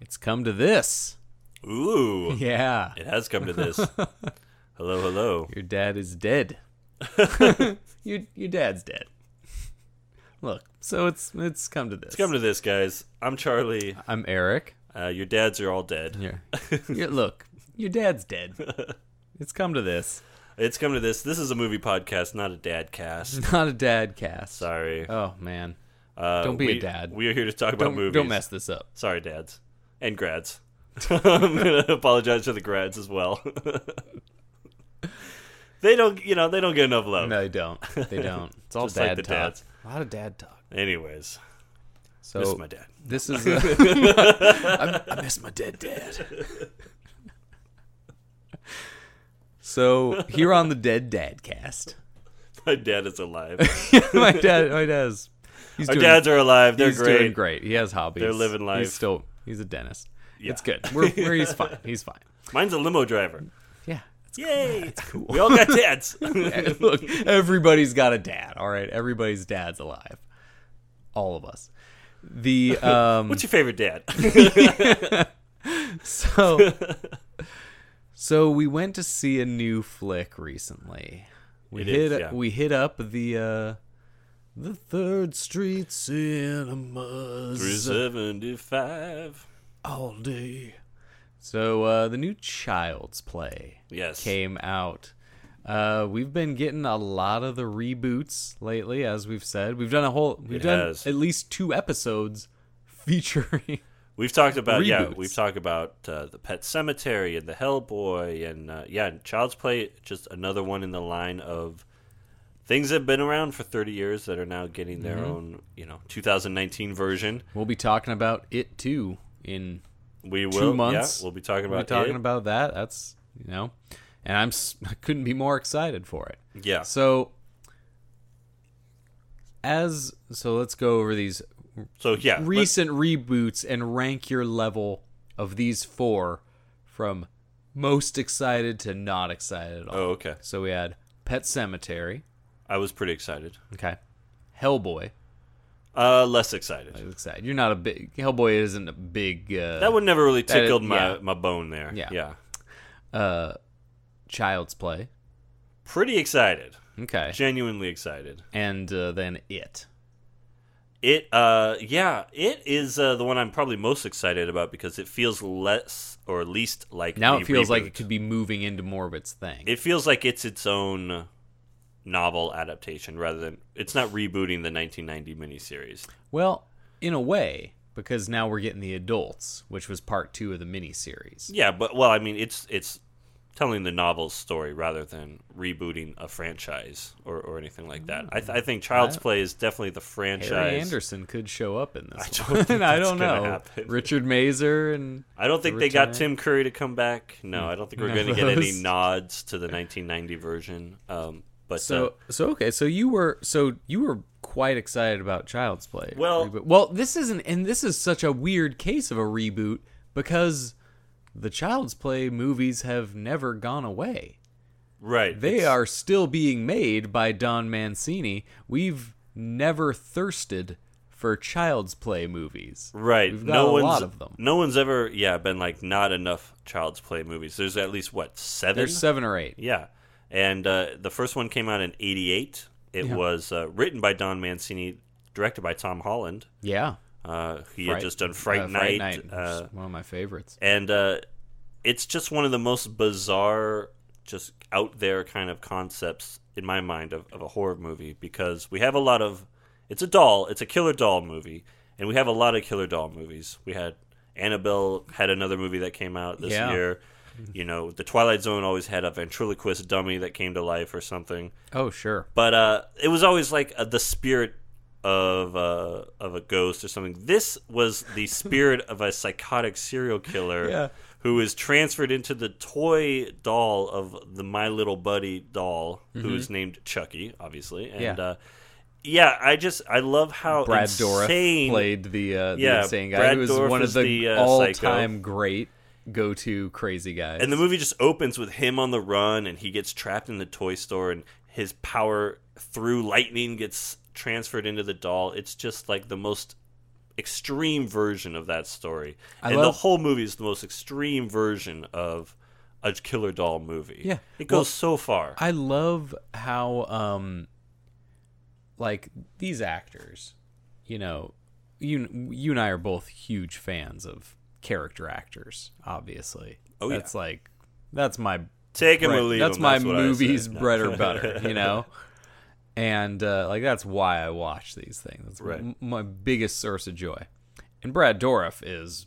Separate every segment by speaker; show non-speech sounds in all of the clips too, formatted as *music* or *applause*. Speaker 1: it's come to this.
Speaker 2: Ooh.
Speaker 1: Yeah.
Speaker 2: It has come to
Speaker 1: *laughs*
Speaker 2: this. hello, hello.
Speaker 1: Your dad is
Speaker 2: *laughs*
Speaker 1: dead. *laughs* your your dad's dead. Look, so it's it's come to this.
Speaker 2: It's come to this, guys. I'm Charlie.
Speaker 1: I'm Eric.
Speaker 2: Uh, your dads are all dead.
Speaker 1: Yeah. *laughs* Your- look, your dad's
Speaker 2: *laughs*
Speaker 1: dead. It's come to this.
Speaker 2: It's come to this. This is a movie podcast, not a
Speaker 1: *laughs*
Speaker 2: dad cast.
Speaker 1: Not a dad cast.
Speaker 2: Sorry.
Speaker 1: Oh man.
Speaker 2: Uh,
Speaker 1: don't be a
Speaker 2: we-
Speaker 1: dad.
Speaker 2: We are here to talk about
Speaker 1: Don't
Speaker 2: movies.
Speaker 1: don't mess this up.
Speaker 2: Sorry, dads and grads. *laughs* I'm gonna *laughs* apologize to the grads as well. *laughs* they don't, you know, they don't get enough love.
Speaker 1: No, they don't. They
Speaker 2: *laughs*
Speaker 1: don't. It's all
Speaker 2: Just like
Speaker 1: dad
Speaker 2: the
Speaker 1: talk.
Speaker 2: dads.
Speaker 1: A lot of dad talk.
Speaker 2: Anyways,
Speaker 1: So
Speaker 2: miss my dad. *laughs*
Speaker 1: This is. uh, I, I miss my dead dad. so here on the Dead Dad Cast, *laughs*
Speaker 2: My dad is alive.
Speaker 1: my dad, my dad's, he's
Speaker 2: Our
Speaker 1: doing,
Speaker 2: dads are alive. They're
Speaker 1: he's
Speaker 2: great.
Speaker 1: doing great. He has hobbies.
Speaker 2: They're living life.
Speaker 1: He's still, he's a dentist.
Speaker 2: Yeah.
Speaker 1: It's good. We're, we're, he's
Speaker 2: *laughs*
Speaker 1: fine. He's fine.
Speaker 2: Mine's a limo driver.
Speaker 1: Yeah.
Speaker 2: *laughs* Yay! We all got *laughs* dads.
Speaker 1: It's- *laughs* Look, everybody's got a dad. All right, everybody's dad's alive. All of us.
Speaker 2: *laughs*
Speaker 1: The um,
Speaker 2: What's your favorite dad? *laughs*
Speaker 1: So, Oh. so we went to see a new flick recently. We
Speaker 2: It
Speaker 1: hit
Speaker 2: is, yeah.
Speaker 1: we hit up the uh, the Third Street Cinemas
Speaker 2: 375.
Speaker 1: all day. So uh, the new Child's Play
Speaker 2: Yes.
Speaker 1: came out. Uh, we've been getting a lot of the reboots lately, as we've said. We've done a whole we've
Speaker 2: It
Speaker 1: done
Speaker 2: has.
Speaker 1: at least two episodes *laughs* featuring
Speaker 2: We've talked about yeah,
Speaker 1: Reboots.
Speaker 2: we've talked about uh, the Pet Cemetery and the Hellboy and uh, yeah, and Child's Play just another one in the line of things that have been around for 30 years that are now getting their
Speaker 1: Mm-hmm.
Speaker 2: own, you know, 2019 version.
Speaker 1: We'll be talking about it too in
Speaker 2: We will
Speaker 1: two months.
Speaker 2: yeah, we'll be talking
Speaker 1: We'll
Speaker 2: about
Speaker 1: talking
Speaker 2: it.
Speaker 1: about that. That's you know, and I'm s- *laughs* I couldn't be more excited for it.
Speaker 2: yeah.
Speaker 1: So as so, let's go over these
Speaker 2: So yeah, let's-
Speaker 1: recent reboots and rank your level of these four from most excited to not excited at all.
Speaker 2: Oh, okay.
Speaker 1: So we had Pet Cemetery.
Speaker 2: I was pretty excited.
Speaker 1: Okay. Hellboy.
Speaker 2: Uh less excited.
Speaker 1: Excited. You're not a big Hellboy. Isn't a big uh,
Speaker 2: That one never really
Speaker 1: that is-
Speaker 2: tickled my
Speaker 1: yeah.
Speaker 2: my bone there.
Speaker 1: Yeah.
Speaker 2: Yeah.
Speaker 1: uh, Child's Play.
Speaker 2: Pretty excited.
Speaker 1: Okay.
Speaker 2: Genuinely excited.
Speaker 1: And uh, then it.
Speaker 2: It uh yeah, it is uh, the one I'm probably most excited about because it feels less or least like
Speaker 1: Now
Speaker 2: the
Speaker 1: it feels like
Speaker 2: reboot.
Speaker 1: it could be moving into more of its thing.
Speaker 2: It feels like it's its own novel adaptation rather than it's not rebooting the 1990 miniseries.
Speaker 1: well, in a way, because now we're getting the adults, which was part two of the miniseries.
Speaker 2: Yeah, but well, I mean it's it's telling the novel's story rather than rebooting a franchise or, or anything like that. I, th- I think Child's Play is definitely the franchise.
Speaker 1: Harry Anderson could show up in this.
Speaker 2: I
Speaker 1: one. *laughs*
Speaker 2: don't think
Speaker 1: I
Speaker 2: that's
Speaker 1: don't
Speaker 2: gonna
Speaker 1: know.
Speaker 2: happen.
Speaker 1: Richard Mazer and
Speaker 2: I don't think they got
Speaker 1: Return.
Speaker 2: Tim Curry to come back. No, I don't think we're
Speaker 1: None *laughs*
Speaker 2: going to
Speaker 1: of
Speaker 2: get any
Speaker 1: Hmm. those.
Speaker 2: nods to the 1990 version. Um, but uh,
Speaker 1: so so okay. So you were so you were quite excited about Child's Play.
Speaker 2: Well-
Speaker 1: Reboot. well, this isn't, and this is such a weird case of a reboot because the Child's Play movies have never gone away.
Speaker 2: right,
Speaker 1: They
Speaker 2: it's-
Speaker 1: are still being made by Don Mancini. We've never thirsted for child's play movies.
Speaker 2: right.
Speaker 1: We've got
Speaker 2: no
Speaker 1: a
Speaker 2: one's
Speaker 1: lot of them.
Speaker 2: no one's ever yeah been like not enough Child's Play movies. There's at least what seven.
Speaker 1: There's seven or eight.
Speaker 2: Yeah, and uh, the first one came out in '88. It was uh, written by Don Mancini, directed by Tom Holland.
Speaker 1: Yeah.
Speaker 2: Uh, he
Speaker 1: Fright-
Speaker 2: had just done Fright
Speaker 1: uh,
Speaker 2: Night.
Speaker 1: which
Speaker 2: uh,
Speaker 1: is one of my favorites.
Speaker 2: and uh, it's just one of the most bizarre, just out there kind of concepts in my mind of, of a horror movie because we have a lot of it's a doll, it's a killer doll movie, and we have a lot of killer doll movies. We had Annabelle had another movie that came out this
Speaker 1: Yeah.
Speaker 2: year. You know, the Twilight Zone always had a ventriloquist dummy that came to life or something
Speaker 1: Oh, sure.
Speaker 2: but uh, it was always like uh, the spirit of uh, of a ghost or something. This was
Speaker 1: *laughs*
Speaker 2: the spirit of a psychotic serial killer
Speaker 1: Yeah.
Speaker 2: who was transferred into the toy doll of the My Little Buddy doll, who is named Chucky, obviously. And
Speaker 1: Mm-hmm. Yeah.
Speaker 2: uh, yeah, I just I love how
Speaker 1: Brad Dourif
Speaker 2: Oh, insane,
Speaker 1: played the, uh, the
Speaker 2: Yeah,
Speaker 1: insane guy
Speaker 2: Brad
Speaker 1: who was
Speaker 2: Dourif
Speaker 1: one of
Speaker 2: is
Speaker 1: the,
Speaker 2: the, uh,
Speaker 1: all-time great go-to crazy guys.
Speaker 2: And the movie just opens with him on the run, and he gets trapped in the toy store, and his power through lightning gets transferred into the doll. It's just like the most extreme version of that story,
Speaker 1: I
Speaker 2: and
Speaker 1: love-
Speaker 2: the whole movie is the most extreme version of a killer doll movie.
Speaker 1: Yeah.
Speaker 2: it goes
Speaker 1: Well,
Speaker 2: so far.
Speaker 1: I love how um like these actors, you know, you you and I are both huge fans of character actors, obviously.
Speaker 2: Oh, yeah.
Speaker 1: That's like that's my
Speaker 2: Take him
Speaker 1: bread-
Speaker 2: or leave
Speaker 1: that's
Speaker 2: him.
Speaker 1: my
Speaker 2: what I
Speaker 1: movies
Speaker 2: said. No.
Speaker 1: bread
Speaker 2: *laughs*
Speaker 1: or butter, you know. And uh, like that's why I watch these things. That's
Speaker 2: Right.
Speaker 1: m- my biggest source of joy. And Brad Dourif is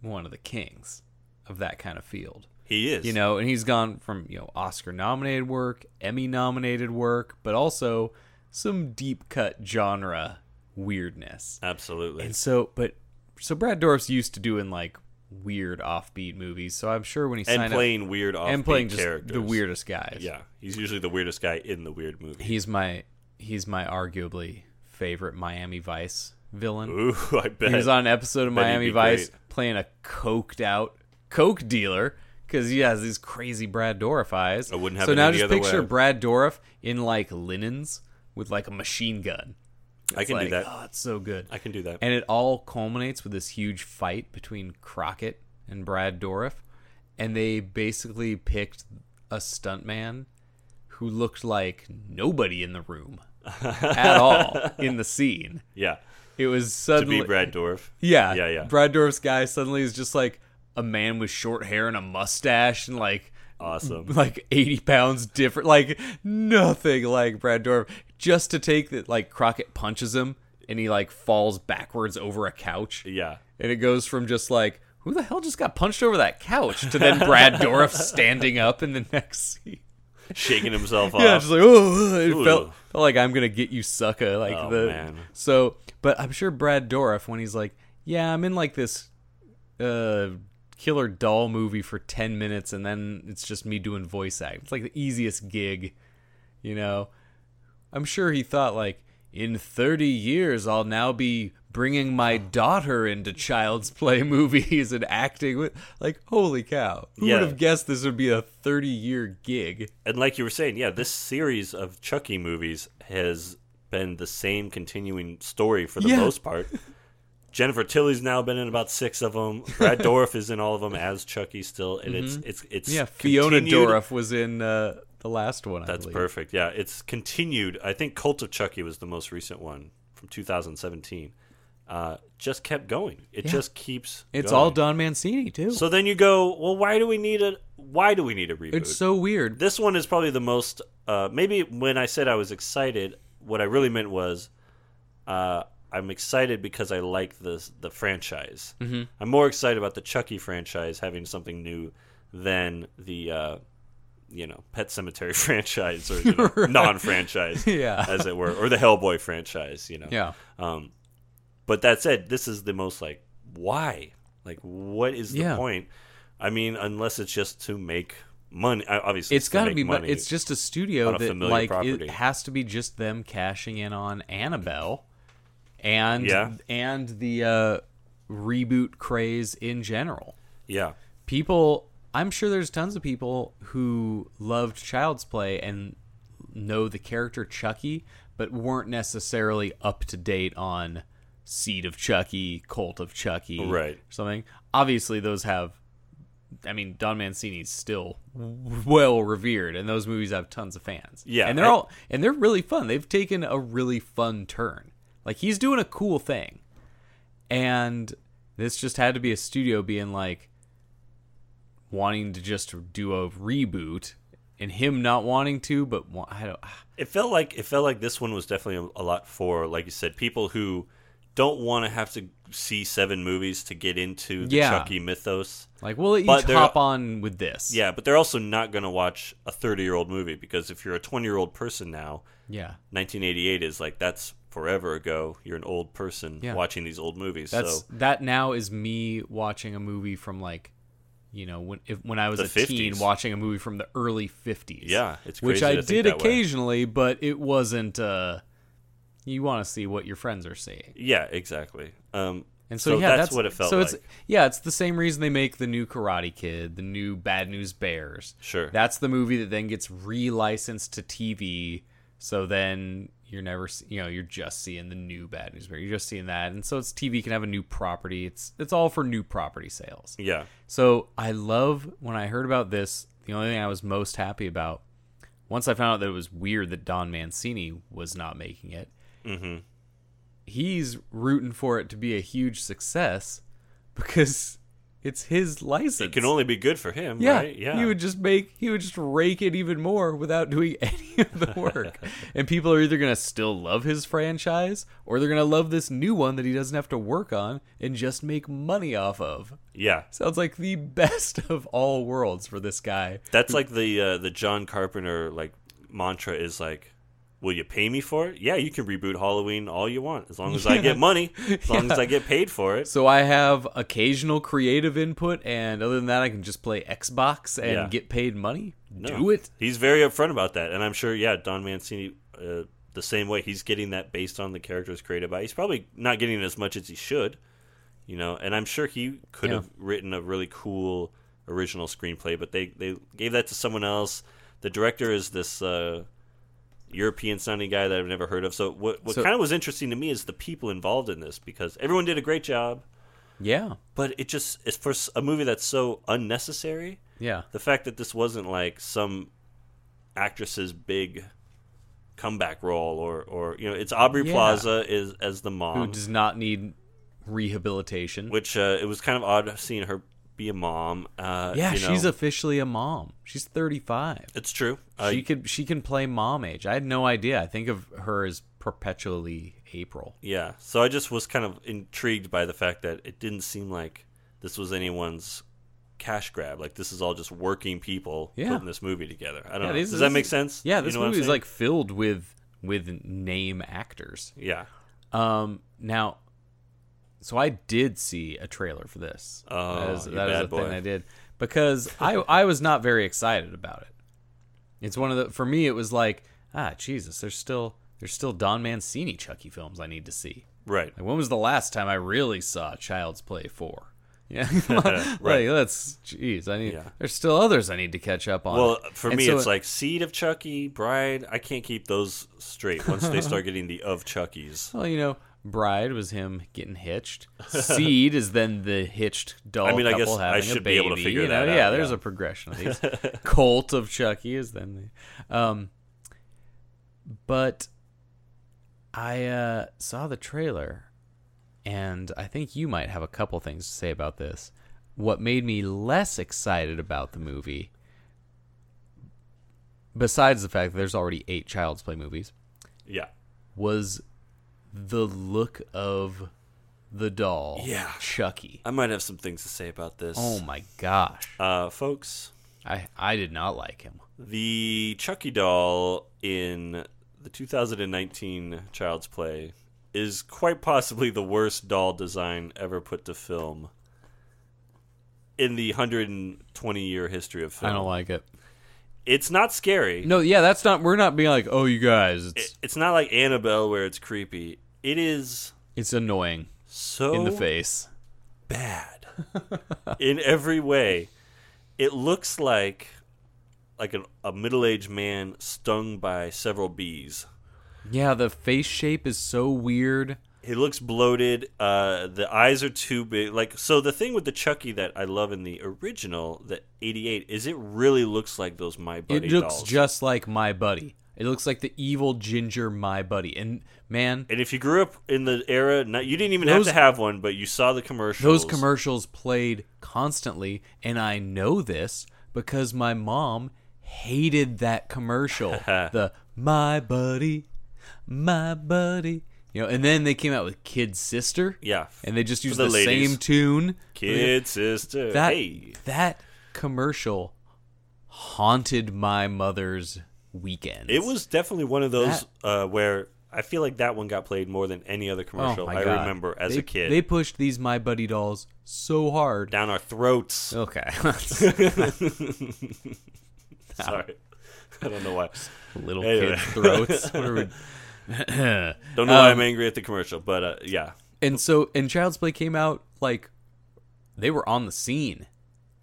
Speaker 1: one of the kings of that kind of field
Speaker 2: he is.
Speaker 1: you know and he's gone from you know oscar nominated work emmy nominated work but also some deep cut genre weirdness
Speaker 2: absolutely.
Speaker 1: and so but so brad dorff's used to doing like weird offbeat movies so i'm sure when he
Speaker 2: and
Speaker 1: signed
Speaker 2: playing weird
Speaker 1: up
Speaker 2: off
Speaker 1: and playing just
Speaker 2: characters.
Speaker 1: the weirdest guys
Speaker 2: Yeah, he's usually the weirdest guy in the weird movie.
Speaker 1: he's my he's my arguably favorite miami vice villain
Speaker 2: Ooh, *laughs* I bet
Speaker 1: He was on an episode of
Speaker 2: Bet he'd
Speaker 1: Miami
Speaker 2: be
Speaker 1: Vice
Speaker 2: great.
Speaker 1: playing a coked out coke dealer because he has these crazy Brad Dorff eyes.
Speaker 2: I wouldn't have
Speaker 1: so
Speaker 2: it
Speaker 1: now
Speaker 2: any
Speaker 1: just
Speaker 2: other
Speaker 1: picture
Speaker 2: way.
Speaker 1: Brad Dorff in like linens with like a machine gun.
Speaker 2: I can do
Speaker 1: Like,
Speaker 2: that.
Speaker 1: Oh, it's so good.
Speaker 2: I can do that.
Speaker 1: And it all culminates with this huge fight between Crockett and Brad Dorff, and they basically picked a stuntman who looked like nobody in the
Speaker 2: *laughs*
Speaker 1: room at all in the scene.
Speaker 2: yeah,
Speaker 1: It was
Speaker 2: to
Speaker 1: suddenly
Speaker 2: be Brad Dorf.
Speaker 1: yeah.
Speaker 2: Yeah, yeah.
Speaker 1: Brad Dorff's guy suddenly is just like a man with short hair and a mustache and like
Speaker 2: Awesome.
Speaker 1: *laughs* like 80 pounds different. Like nothing like Brad Dorff. Just to take that, like Crockett punches him and he like falls backwards over a couch.
Speaker 2: Yeah.
Speaker 1: And it goes from just like, who the hell just got punched over that couch to then Brad
Speaker 2: *laughs*
Speaker 1: Dorff standing up in the next scene.
Speaker 2: Shaking himself
Speaker 1: *laughs*
Speaker 2: off.
Speaker 1: Yeah, just like oh, it
Speaker 2: Ooh.
Speaker 1: felt felt like I'm gonna get you, sucker. Like
Speaker 2: Oh,
Speaker 1: the
Speaker 2: man.
Speaker 1: so, but I'm sure Brad Dorff when he's like, yeah, I'm in like this uh killer doll movie for ten minutes, and then it's just me doing voice act. It's like the easiest gig, you know. I'm sure he thought like in 30 years I'll now be bringing my
Speaker 2: *sighs*
Speaker 1: daughter into child's play *laughs* movies and acting with like holy cow who
Speaker 2: Yeah.
Speaker 1: would have guessed this would be a 30 year gig
Speaker 2: and like you were saying, yeah, this series of Chucky movies has been the same continuing story for the
Speaker 1: Yeah.
Speaker 2: most part.
Speaker 1: *laughs*
Speaker 2: Jennifer Tilly's now been in about six of them.
Speaker 1: *laughs*
Speaker 2: Brad Dorff is in all of them as Chucky still, and it's it's it's
Speaker 1: Mm-hmm. Yeah, Fiona
Speaker 2: continued-
Speaker 1: Dorff was in uh, the last one. I
Speaker 2: That's
Speaker 1: believe.
Speaker 2: perfect. Yeah, it's continued. I think Cult of Chucky was the most recent one from 2017. Uh, just kept going. It just keeps.
Speaker 1: It's
Speaker 2: going.
Speaker 1: all Don Mancini too.
Speaker 2: So then you go, well, why do we need a why do we need a reboot?
Speaker 1: it's so weird.
Speaker 2: this one is probably the most uh, maybe when i said i was excited what i really meant was uh, i'm excited because i like the, the franchise mm-hmm. i'm more excited about the chucky franchise having something new than the uh, you know pet cemetery *laughs* franchise or you
Speaker 1: *laughs*
Speaker 2: know, non-franchise
Speaker 1: Yeah.
Speaker 2: as it were or the hellboy franchise you know
Speaker 1: Yeah,
Speaker 2: um, but that said, this is the most like why? Like what is the
Speaker 1: Yeah.
Speaker 2: point? I mean, unless it's just to make money. I- Obviously,
Speaker 1: it's got to
Speaker 2: make
Speaker 1: be. But
Speaker 2: money.
Speaker 1: it's just a studio
Speaker 2: on a
Speaker 1: that
Speaker 2: familiar
Speaker 1: like
Speaker 2: property.
Speaker 1: it has to be just them cashing in on Annabelle, and
Speaker 2: Yeah.
Speaker 1: and the uh, reboot craze in general.
Speaker 2: yeah,
Speaker 1: people i'm sure there's tons of people who loved child's play and know the character chucky but weren't necessarily up to date on seed of chucky cult of chucky
Speaker 2: Right.
Speaker 1: or something obviously those have i mean don mancini's still well revered and those movies have tons of fans
Speaker 2: Yeah,
Speaker 1: and they're
Speaker 2: I-
Speaker 1: all and they're really fun they've taken a really fun turn like he's doing a cool thing and this just had to be a studio being like wanting to just do a reboot and him not wanting to but wa- i don't
Speaker 2: it felt like it felt like this one was definitely a, a lot for, like you said, people who don't want to have to see seven movies to get into the
Speaker 1: Yeah.
Speaker 2: Chucky mythos.
Speaker 1: like we'll let you
Speaker 2: But they're-
Speaker 1: hop on with this
Speaker 2: Yeah, but they're also not going to watch a thirty-year-old movie because if you're a twenty-year-old person now,
Speaker 1: yeah
Speaker 2: 1988 is like that's forever ago. You're an old person
Speaker 1: Yeah.
Speaker 2: watching these old movies.
Speaker 1: That's
Speaker 2: so
Speaker 1: that now is me watching a movie from like, you know, when if, when I was
Speaker 2: The
Speaker 1: a teen
Speaker 2: 50s.
Speaker 1: watching a movie from the early fifties.
Speaker 2: Yeah, it's
Speaker 1: which
Speaker 2: crazy
Speaker 1: I
Speaker 2: to think
Speaker 1: did
Speaker 2: that way.
Speaker 1: occasionally, but it wasn't. uh You want to see what your friends are seeing,
Speaker 2: yeah, exactly. Um,
Speaker 1: and so, yeah,
Speaker 2: that's,
Speaker 1: that's,
Speaker 2: what it felt
Speaker 1: so
Speaker 2: like.
Speaker 1: It's, yeah, it's the same reason they make the new Karate Kid, the new Bad News Bears.
Speaker 2: Sure.
Speaker 1: that's the movie that then gets re-licensed to TV. So then you're never, se- you know, you're just seeing the new Bad News Bears. You're just seeing that, and so it's TV can have a new property. It's it's all for new property sales.
Speaker 2: yeah,
Speaker 1: So I love when I heard about this. The only thing I was most happy about once I found out that it was weird that Don Mancini was not making it.
Speaker 2: Mm-hmm.
Speaker 1: He's rooting for it to be a huge success because it's his license.
Speaker 2: it can only be good for him,
Speaker 1: yeah,
Speaker 2: right? Yeah,
Speaker 1: He would just make he would just rake it even more without doing *laughs* any of the
Speaker 2: *laughs*
Speaker 1: work. and people are either gonna still love his franchise or they're gonna love this new one that he doesn't have to work on and just make money off of.
Speaker 2: yeah.
Speaker 1: Sounds like the *laughs* best of all worlds for this guy.
Speaker 2: That's like the uh, the John Carpenter like mantra is like, "Will you pay me for it? Yeah, you can reboot Halloween all you want as long as I get money, as long as I get paid for it."
Speaker 1: So I have occasional creative input, and other than that, I can just play Xbox and
Speaker 2: Yeah.
Speaker 1: get paid money.
Speaker 2: No.
Speaker 1: Do it.
Speaker 2: He's very upfront about that, and I'm sure, yeah, Don Mancini, uh, the same way. He's getting that based on the characters created by. He's probably not getting as much as he should, you know. And I'm sure he could
Speaker 1: Yeah.
Speaker 2: have written a really cool original screenplay, but they they gave that to someone else. The director is this. Uh, European sounding guy that I've never heard of. So what what
Speaker 1: So-
Speaker 2: kind of was interesting to me is the people involved in this because everyone did a great job,
Speaker 1: Yeah.
Speaker 2: but it just it's for s- a movie that's so unnecessary
Speaker 1: Yeah.
Speaker 2: the fact that this wasn't like some actress's big comeback role or or you know it's Aubrey
Speaker 1: Yeah.
Speaker 2: Plaza is as the
Speaker 1: Who
Speaker 2: mom
Speaker 1: does not need rehabilitation?
Speaker 2: Um, which uh, it was kind of odd seeing her be a mom uh
Speaker 1: yeah,
Speaker 2: you know.
Speaker 1: she's officially a mom. She's thirty-five.
Speaker 2: it's true uh,
Speaker 1: she could she can play mom age. I had no idea. I think of her as perpetually April.
Speaker 2: yeah so I just was kind of intrigued by the fact that it didn't seem like this was anyone's cash grab like this is all just working people
Speaker 1: Yeah.
Speaker 2: putting this movie together I don't know
Speaker 1: this-
Speaker 2: does that
Speaker 1: this-
Speaker 2: make sense
Speaker 1: Yeah,
Speaker 2: You
Speaker 1: this
Speaker 2: know what I'm
Speaker 1: movie is
Speaker 2: saying?
Speaker 1: like filled with with name actors.
Speaker 2: yeah
Speaker 1: Um, now, so I did see a trailer for this.
Speaker 2: Oh,
Speaker 1: that is,
Speaker 2: you
Speaker 1: that is
Speaker 2: bad
Speaker 1: a
Speaker 2: boy.
Speaker 1: thing I did because I *laughs* I was not very excited about it. It's one of the for me it was like ah Jesus there's still there's still Don Mancini Chucky films I need to see.
Speaker 2: right
Speaker 1: Like when was the last time I really saw Child's Play
Speaker 2: *laughs*
Speaker 1: four? *laughs* Yeah, right. Like that's jeez. I need.
Speaker 2: Yeah.
Speaker 1: There's still others I need to catch up on.
Speaker 2: Well, for
Speaker 1: And
Speaker 2: me,
Speaker 1: so
Speaker 2: it's
Speaker 1: it-
Speaker 2: like Seed of Chucky, Bride. I can't keep those straight once
Speaker 1: *laughs*
Speaker 2: they start getting the of Chuckies.
Speaker 1: Well, you know, bride was him getting hitched. Seed is then the hitched doll
Speaker 2: I mean, I
Speaker 1: couple
Speaker 2: guess I
Speaker 1: having a
Speaker 2: should be
Speaker 1: baby.
Speaker 2: able to figure
Speaker 1: you know?
Speaker 2: that out,
Speaker 1: yeah, there's
Speaker 2: yeah.
Speaker 1: a progression of
Speaker 2: *laughs*
Speaker 1: these. Cult of Chucky is then the, um, but I uh, saw the trailer, and I think you might have a couple things to say about this. What made me less excited about the movie, besides the fact that there's already eight Child's Play movies,
Speaker 2: Yeah.
Speaker 1: was the look of the doll.
Speaker 2: Yeah.
Speaker 1: Chucky.
Speaker 2: I might have some things to say about this.
Speaker 1: Oh my gosh.
Speaker 2: Uh, folks,
Speaker 1: I I did not like him.
Speaker 2: the Chucky doll in the 2019 Child's Play is quite possibly the worst doll design ever put to film in the 120 year history of film.
Speaker 1: I don't like it.
Speaker 2: It's not scary.
Speaker 1: No, yeah, that's not we're not being like, "Oh, you guys, it's
Speaker 2: It- It's not like Annabelle where it's creepy. It is
Speaker 1: it's annoying
Speaker 2: so
Speaker 1: in the face."
Speaker 2: bad
Speaker 1: *laughs*
Speaker 2: in every way. It looks like like an, a middle-aged man stung by several bees.
Speaker 1: Yeah, the face shape is so weird.
Speaker 2: He looks bloated. Uh, the eyes are too big. Like so, the thing with the Chucky that I love in the original, the '88, is it really looks like those My Buddy
Speaker 1: it looks
Speaker 2: dolls.
Speaker 1: just like my buddy. It looks like the evil ginger my buddy. And man,
Speaker 2: and if you grew up in the era, not, you didn't even
Speaker 1: Those-
Speaker 2: have to have one, but you saw the commercials.
Speaker 1: Those commercials played constantly, and I know this because my mom hated that
Speaker 2: *laughs*
Speaker 1: commercial. the my buddy, my buddy. You know, and then they came out with Kid Sister.
Speaker 2: Yeah.
Speaker 1: And they just
Speaker 2: For
Speaker 1: used
Speaker 2: the
Speaker 1: the,
Speaker 2: ladies.
Speaker 1: same tune.
Speaker 2: kid sister.
Speaker 1: That
Speaker 2: hey,
Speaker 1: that commercial haunted my mother's weekends.
Speaker 2: It was definitely one of those uh, where I feel like that one got played more than any other commercial
Speaker 1: Oh my
Speaker 2: I
Speaker 1: God.
Speaker 2: remember as
Speaker 1: They-
Speaker 2: a kid.
Speaker 1: They pushed these My Buddy dolls so hard.
Speaker 2: Down our throats. *laughs*
Speaker 1: Okay. *laughs*
Speaker 2: Sorry. I don't
Speaker 1: *laughs*
Speaker 2: know why.
Speaker 1: Little
Speaker 2: Anyway.
Speaker 1: kids' throats. What are we-
Speaker 2: Don't know why
Speaker 1: Um,
Speaker 2: I'm angry at the commercial, but uh, yeah.
Speaker 1: And so, and Child's Play came out like they were on the scene.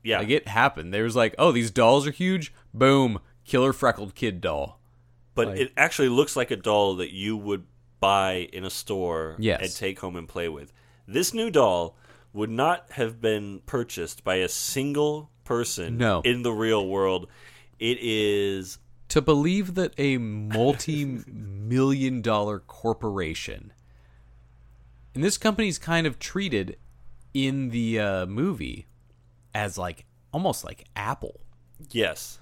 Speaker 2: Yeah.
Speaker 1: Like it happened. There was like, oh, these dolls are huge. Boom, killer freckled kid doll.
Speaker 2: but
Speaker 1: like-
Speaker 2: it actually looks like a doll that you would buy in a store
Speaker 1: Yes.
Speaker 2: and take home and play with. This new doll would not have been purchased by a single person
Speaker 1: No.
Speaker 2: in the real world. It is
Speaker 1: To believe that a multi-million dollar corporation, and this company's kind of treated in the uh, movie as like almost like Apple.
Speaker 2: yes.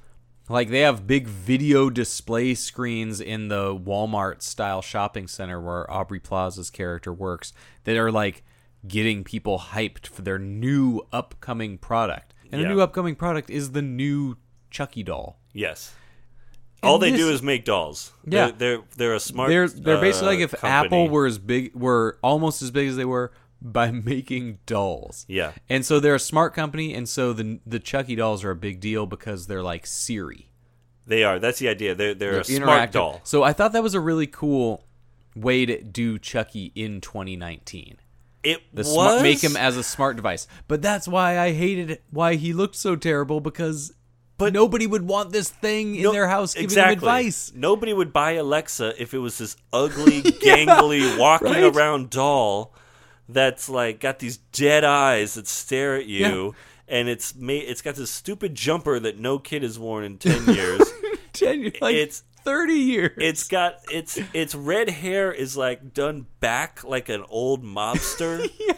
Speaker 1: Like they have big video display screens in the Walmart style shopping center where Aubrey Plaza's character works that are like getting people hyped for their new upcoming product. And the
Speaker 2: Yeah.
Speaker 1: new upcoming product is the new Chucky doll.
Speaker 2: Yes. All
Speaker 1: And
Speaker 2: they do
Speaker 1: this-
Speaker 2: is make dolls.
Speaker 1: Yeah.
Speaker 2: They're they're, they're a smart
Speaker 1: they're they're basically
Speaker 2: uh,
Speaker 1: like if
Speaker 2: company.
Speaker 1: Apple were as big were almost as big as they were by *laughs* making dolls.
Speaker 2: Yeah.
Speaker 1: And so they're a smart company and so the the Chucky dolls are a big deal because they're like Siri.
Speaker 2: They are. That's the idea. They're they're, a
Speaker 1: They're
Speaker 2: smart
Speaker 1: interactive.
Speaker 2: doll.
Speaker 1: So I thought that was a really cool way to do Chucky in 2019.
Speaker 2: It
Speaker 1: The
Speaker 2: was
Speaker 1: smart, make him as a smart device. But that's why I hated why he looked so terrible because but nobody would want this thing in
Speaker 2: *laughs* No,
Speaker 1: their house giving
Speaker 2: exactly.
Speaker 1: them advice.
Speaker 2: Nobody would buy Alexa if it was this
Speaker 1: *laughs*
Speaker 2: ugly, gangly, walking
Speaker 1: right?
Speaker 2: around doll that's like got these dead eyes that stare at you, and it's made. It's got this stupid jumper that no kid has worn in ten
Speaker 1: *laughs*
Speaker 2: years.
Speaker 1: Ten, years- like
Speaker 2: It's-
Speaker 1: 30 years. *laughs*
Speaker 2: It's got its its red hair is like done back like an
Speaker 1: *laughs*
Speaker 2: old mobster. yeah.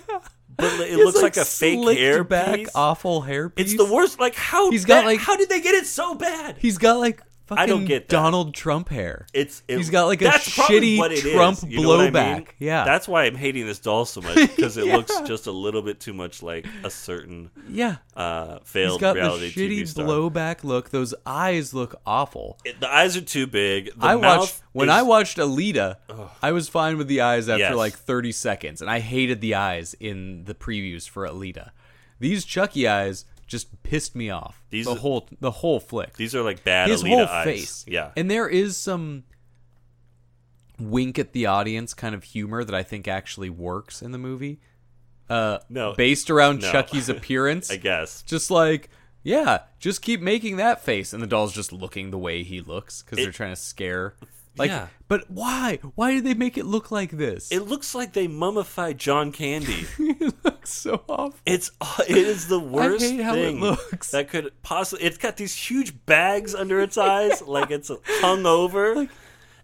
Speaker 2: But it looks like, a fake
Speaker 1: slicked
Speaker 2: hair
Speaker 1: back
Speaker 2: piece.
Speaker 1: awful hair
Speaker 2: It's the worst. Like how
Speaker 1: He's got,
Speaker 2: bad-
Speaker 1: like-
Speaker 2: how did they get it so bad?
Speaker 1: He's got like fucking
Speaker 2: I don't get that.
Speaker 1: Donald Trump hair.
Speaker 2: It's it,
Speaker 1: He's got like a
Speaker 2: that's probably
Speaker 1: shitty
Speaker 2: what it is,
Speaker 1: Trump
Speaker 2: you know what I mean?
Speaker 1: blowback. Yeah.
Speaker 2: that's why I'm hating this doll
Speaker 1: *laughs*
Speaker 2: so much because it looks just a little bit too much like a certain
Speaker 1: yeah.
Speaker 2: uh,
Speaker 1: He's
Speaker 2: failed
Speaker 1: got the
Speaker 2: reality
Speaker 1: shitty
Speaker 2: TV star.
Speaker 1: blowback look. Those eyes look awful.
Speaker 2: It- the eyes are too big. The
Speaker 1: I
Speaker 2: mouth
Speaker 1: watched when
Speaker 2: is-
Speaker 1: I watched Alita, I was fine with the eyes after
Speaker 2: Yes.
Speaker 1: like 30 seconds, and I hated the eyes in the previews for Alita. These Chucky eyes just pissed me off.
Speaker 2: These-
Speaker 1: the whole the whole flick.
Speaker 2: These are like bad
Speaker 1: His
Speaker 2: Alita
Speaker 1: whole
Speaker 2: eyes.
Speaker 1: face.
Speaker 2: Yeah,
Speaker 1: And there is some wink at the audience kind of humor that I think actually works in the movie. Uh,
Speaker 2: No.
Speaker 1: based around
Speaker 2: Oh, No. *laughs*
Speaker 1: Chucky's appearance.
Speaker 2: I guess.
Speaker 1: just like yeah just keep making that face and the doll's just looking the way he looks because they're trying to scare like
Speaker 2: Yeah.
Speaker 1: but why why did they make it look like this
Speaker 2: It looks like they mummified
Speaker 1: *laughs*
Speaker 2: John Candy.
Speaker 1: looks *laughs* so awful
Speaker 2: It's it is the worst
Speaker 1: hate how it
Speaker 2: thing
Speaker 1: looks.
Speaker 2: that could possibly. It's got these huge bags under
Speaker 1: *laughs*
Speaker 2: its eyes, like it's hung over.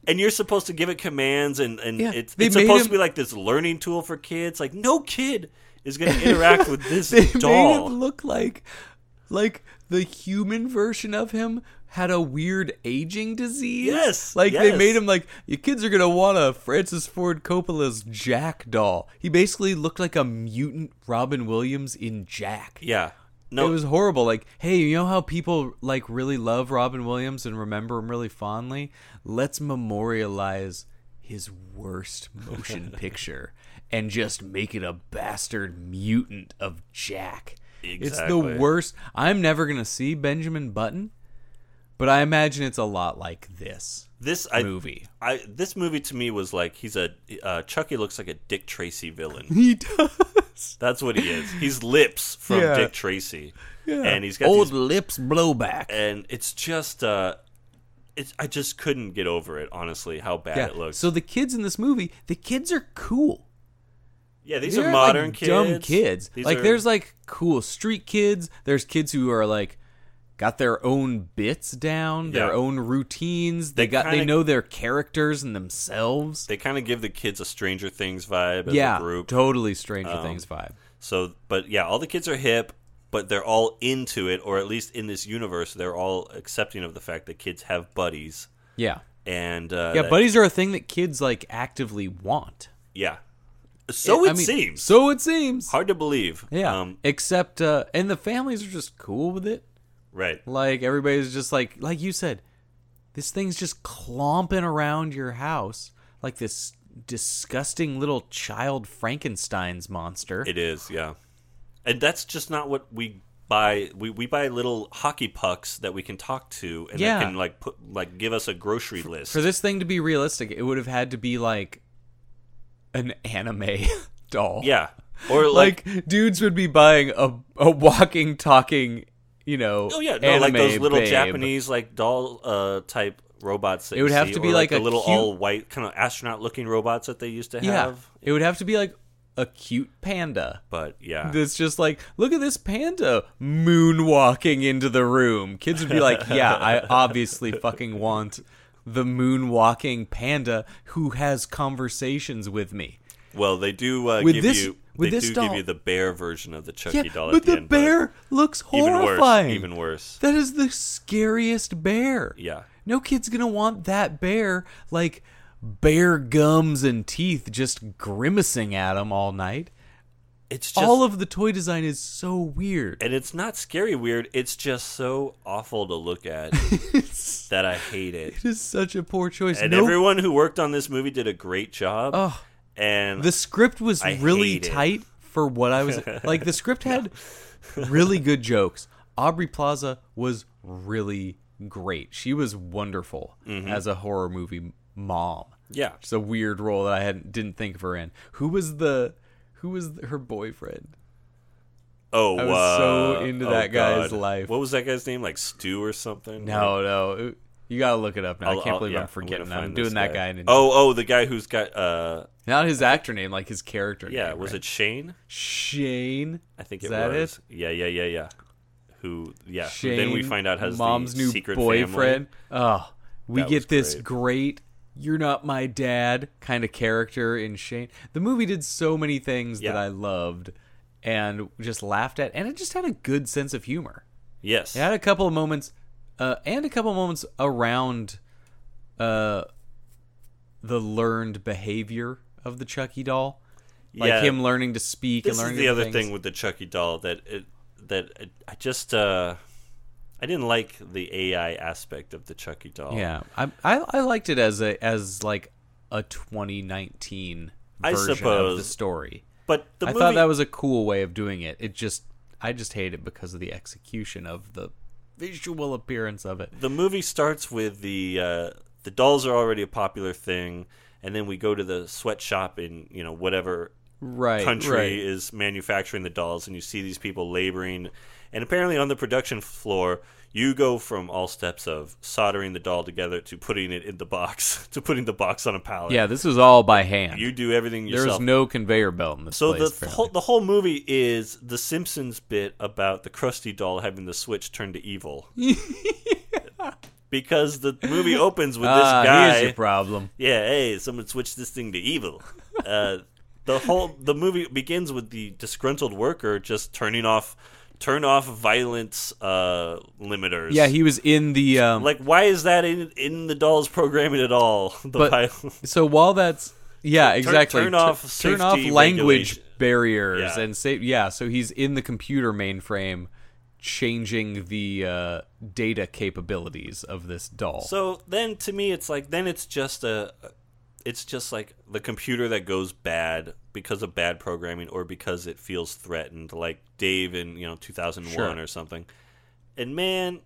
Speaker 2: and you're supposed to give it commands, and, and
Speaker 1: Yeah,
Speaker 2: it's,
Speaker 1: they
Speaker 2: it's
Speaker 1: made
Speaker 2: supposed
Speaker 1: him-
Speaker 2: to be like this learning tool for kids. Like no kid
Speaker 1: *laughs*
Speaker 2: is going to interact with this
Speaker 1: they made
Speaker 2: doll.
Speaker 1: him look like like the human version of him had a weird aging disease.
Speaker 2: Yes,
Speaker 1: like they
Speaker 2: yes.
Speaker 1: made him like your kids are gonna want a Francis Ford Coppola's Jack doll. He basically looked like a mutant Robin Williams in Jack.
Speaker 2: yeah, no,
Speaker 1: It was horrible. Like, hey, you know how people like really love Robin Williams and remember him really fondly? Let's memorialize his worst motion
Speaker 2: *laughs*
Speaker 1: picture and just make it a bastard mutant of Jack. It's the
Speaker 2: Exactly.
Speaker 1: worst. I'm never going to see Benjamin Button, but I imagine it's a lot like
Speaker 2: *laughs*
Speaker 1: this
Speaker 2: this I,
Speaker 1: movie.
Speaker 2: I this movie to me was like he's a uh, Chucky looks like a Dick Tracy villain.
Speaker 1: He does.
Speaker 2: That's what he is. He's lips from
Speaker 1: Yeah.
Speaker 2: Dick Tracy, and he's got
Speaker 1: Old
Speaker 2: these
Speaker 1: lips blowback.
Speaker 2: and it's just uh it's I just couldn't get over it honestly how bad
Speaker 1: yeah.
Speaker 2: it looks.
Speaker 1: So the kids in this movie, the kids are cool.
Speaker 2: yeah, these
Speaker 1: They're,
Speaker 2: are modern
Speaker 1: like,
Speaker 2: kids.
Speaker 1: dumb kids.
Speaker 2: These
Speaker 1: like
Speaker 2: are-
Speaker 1: there's like cool street kids. There's kids who are like got their own bits down, their
Speaker 2: Yeah.
Speaker 1: own routines. They,
Speaker 2: They
Speaker 1: got they
Speaker 2: kinda-
Speaker 1: know their characters and themselves.
Speaker 2: they kind of give the kids a Stranger Things vibe as
Speaker 1: yeah,
Speaker 2: a group.
Speaker 1: totally Stranger
Speaker 2: Um,
Speaker 1: Things vibe.
Speaker 2: So but yeah, all the kids are hip, but they're all into it or at least in this universe they're all accepting of the fact that kids have buddies
Speaker 1: Yeah,
Speaker 2: and uh
Speaker 1: yeah.
Speaker 2: that-
Speaker 1: Buddies are a thing that kids like actively want.
Speaker 2: yeah. So it,
Speaker 1: I mean,
Speaker 2: seems.
Speaker 1: So it seems.
Speaker 2: hard to believe.
Speaker 1: yeah.
Speaker 2: Um
Speaker 1: Except, uh, and the families are just cool with it.
Speaker 2: right.
Speaker 1: Like everybody's just like like you said, this thing's just clomping around your house. like this disgusting little child Frankenstein's monster.
Speaker 2: It is, yeah. And that's just not what we buy. We, we buy little hockey pucks that we can talk to and
Speaker 1: Yeah.
Speaker 2: they can like put like give us a grocery list.
Speaker 1: For this thing to be realistic, it would have had to be like an anime *laughs* doll.
Speaker 2: yeah. Or
Speaker 1: *laughs*
Speaker 2: like,
Speaker 1: Like, dudes would be buying a a walking talking, you know,
Speaker 2: oh yeah, no, like those
Speaker 1: anime
Speaker 2: little
Speaker 1: babe.
Speaker 2: Japanese like doll uh type robots that
Speaker 1: It would
Speaker 2: you
Speaker 1: have
Speaker 2: see,
Speaker 1: to be
Speaker 2: or,
Speaker 1: like
Speaker 2: the
Speaker 1: a
Speaker 2: little
Speaker 1: cute-
Speaker 2: all white kind of astronaut looking robots that they used to
Speaker 1: Yeah.
Speaker 2: have.
Speaker 1: It would have to be like a cute panda.
Speaker 2: But yeah.
Speaker 1: *laughs* That's just like, look at this panda moonwalking into the room. Kids would be like, yeah, I obviously fucking want the moonwalking panda who has conversations with me.
Speaker 2: Well, they do uh,
Speaker 1: With
Speaker 2: give
Speaker 1: this-
Speaker 2: you
Speaker 1: with
Speaker 2: they
Speaker 1: this
Speaker 2: do
Speaker 1: doll-
Speaker 2: give you the bear version of the Chucky
Speaker 1: Yeah,
Speaker 2: doll at
Speaker 1: but the,
Speaker 2: end,
Speaker 1: bear looks
Speaker 2: even
Speaker 1: horrifying.
Speaker 2: worse, even worse.
Speaker 1: That is the scariest bear.
Speaker 2: Yeah.
Speaker 1: No kid's gonna want that bear, like bare gums and teeth just grimacing at him all night.
Speaker 2: It's just
Speaker 1: all of the toy design is so weird.
Speaker 2: and it's not scary weird. It's just so awful to
Speaker 1: *laughs*
Speaker 2: look at that I hate it.
Speaker 1: It is such a poor choice.
Speaker 2: And
Speaker 1: no,
Speaker 2: everyone who worked on this movie did a great job.
Speaker 1: Ugh.
Speaker 2: and
Speaker 1: the script was
Speaker 2: I
Speaker 1: really
Speaker 2: hate it.
Speaker 1: tight for what I was
Speaker 2: *laughs*
Speaker 1: like. The script had really good jokes. Aubrey Plaza was really great. She was wonderful
Speaker 2: Mm-hmm.
Speaker 1: as a horror movie mom.
Speaker 2: yeah,
Speaker 1: It's a weird role that I hadn't didn't think of her in. Who was the who was her boyfriend?
Speaker 2: oh,
Speaker 1: I was so
Speaker 2: uh,
Speaker 1: into
Speaker 2: oh,
Speaker 1: that guy's
Speaker 2: God.
Speaker 1: life.
Speaker 2: What was that guy's name? Like Stu or something?
Speaker 1: No, no. it- You gotta look it up now.
Speaker 2: I'll-
Speaker 1: I can't
Speaker 2: I'll-
Speaker 1: believe
Speaker 2: yeah,
Speaker 1: I'm
Speaker 2: gonna
Speaker 1: forgetting that.
Speaker 2: find
Speaker 1: I'm
Speaker 2: this
Speaker 1: doing that guy. in
Speaker 2: oh, oh, the guy who's got uh,
Speaker 1: not his actor name, like his character name.
Speaker 2: yeah, was
Speaker 1: right?
Speaker 2: it Shane?
Speaker 1: Shane?
Speaker 2: I think
Speaker 1: Is
Speaker 2: it
Speaker 1: that
Speaker 2: was.
Speaker 1: it?
Speaker 2: Yeah, yeah, yeah, yeah. Who? Yeah. who
Speaker 1: Shane,
Speaker 2: then we find out has
Speaker 1: mom's
Speaker 2: the
Speaker 1: new
Speaker 2: secret
Speaker 1: boyfriend. Oh, we
Speaker 2: That was
Speaker 1: get this
Speaker 2: great.
Speaker 1: great. "You're not my dad" kind of character in Shane. The movie did so many things that
Speaker 2: Yeah.
Speaker 1: I loved and just laughed at, and it just had a good sense of humor.
Speaker 2: Family. Yes.
Speaker 1: It had a couple of moments, uh, and a couple of moments around uh, the learned behavior of the Chucky doll, like
Speaker 2: Yeah.
Speaker 1: him learning to speak
Speaker 2: This
Speaker 1: and
Speaker 2: is
Speaker 1: learning
Speaker 2: the other
Speaker 1: different
Speaker 2: thing
Speaker 1: things.
Speaker 2: with the Chucky doll that it, that it, I just uh, I didn't like the AI aspect of the Chucky doll.
Speaker 1: Yeah, I, I I liked it as a as like a 2019
Speaker 2: I
Speaker 1: version of the
Speaker 2: suppose.
Speaker 1: story.
Speaker 2: But the
Speaker 1: I
Speaker 2: movie,
Speaker 1: thought that was a cool way of doing it. It just I just hate it because of the execution of the visual appearance of it.
Speaker 2: the movie starts with the uh, the dolls are already a popular thing, and then we go to the sweatshop in you know whatever
Speaker 1: Right,
Speaker 2: country
Speaker 1: right.
Speaker 2: is manufacturing the dolls, and you see these people laboring. And apparently, on the production floor, you go from all steps of soldering the doll together to putting it in the box *laughs* to putting the box on a pallet.
Speaker 1: yeah, this was all by hand.
Speaker 2: Oh, you do everything
Speaker 1: there
Speaker 2: yourself.
Speaker 1: was no conveyor belt in this
Speaker 2: so
Speaker 1: place.
Speaker 2: the
Speaker 1: apparently.
Speaker 2: whole, the whole movie is the Simpsons bit about the Krusty doll having the switch turned
Speaker 1: *laughs*
Speaker 2: to evil. Because the movie opens with this
Speaker 1: Ah,
Speaker 2: guy
Speaker 1: Here's your problem.
Speaker 2: yeah, hey, someone switched this thing to evil. Uh, the whole the movie begins with the disgruntled worker just turning off turn off violence uh, limiters.
Speaker 1: Yeah, he was in the um,
Speaker 2: like why is that in in the doll's programming at all? *laughs* The
Speaker 1: But-
Speaker 2: viol-
Speaker 1: So while that's yeah, exactly.
Speaker 2: turn
Speaker 1: Tu-
Speaker 2: off
Speaker 1: turn off
Speaker 2: safety
Speaker 1: language
Speaker 2: regulation.
Speaker 1: barriers
Speaker 2: Yeah.
Speaker 1: and say yeah. So he's in the computer mainframe, changing the uh, data capabilities of this doll.
Speaker 2: so then to me it's like then it's just a it's just like the computer that goes bad because of bad programming or because it feels threatened like Dave in, you know, 2001
Speaker 1: Sure.
Speaker 2: or something. And man,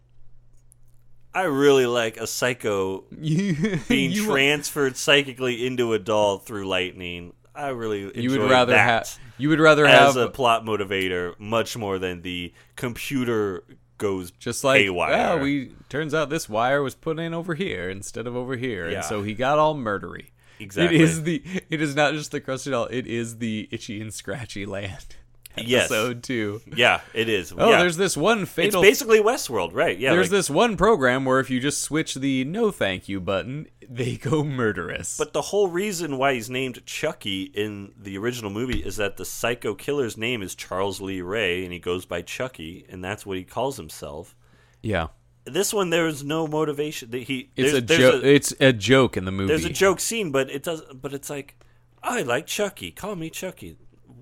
Speaker 2: I really like
Speaker 1: *laughs*
Speaker 2: a psycho
Speaker 1: *laughs* you,
Speaker 2: being
Speaker 1: you-
Speaker 2: transferred psychically into a doll through lightning. I really enjoy
Speaker 1: you would rather
Speaker 2: that
Speaker 1: have you would rather
Speaker 2: as
Speaker 1: have
Speaker 2: a plot motivator much more than the computer goes
Speaker 1: just like
Speaker 2: haywire.
Speaker 1: well, we turns out this wire was put in over here instead of over here,
Speaker 2: Yeah.
Speaker 1: and so he got all murdery.
Speaker 2: Exactly.
Speaker 1: It is the it is not just the crusty doll. It is the itchy and scratchy land.
Speaker 2: Yes.
Speaker 1: Episode two.
Speaker 2: yeah, it is.
Speaker 1: Oh,
Speaker 2: yeah.
Speaker 1: there's this one
Speaker 2: it's
Speaker 1: fatal.
Speaker 2: basically Westworld, right? Yeah,
Speaker 1: there's
Speaker 2: like-
Speaker 1: this one program where if you just switch the no thank you button, they go murderous.
Speaker 2: But the whole reason why he's named Chucky in the original movie is that the psycho killer's name is Charles Lee Ray, and he goes by Chucky, and that's what he calls himself.
Speaker 1: yeah,
Speaker 2: This one, there is no motivation. that He
Speaker 1: it's
Speaker 2: there's,
Speaker 1: a
Speaker 2: there's
Speaker 1: joke. It's a joke in the movie.
Speaker 2: there's a joke scene, but it does. But it's like, I like Chucky. Call me Chucky.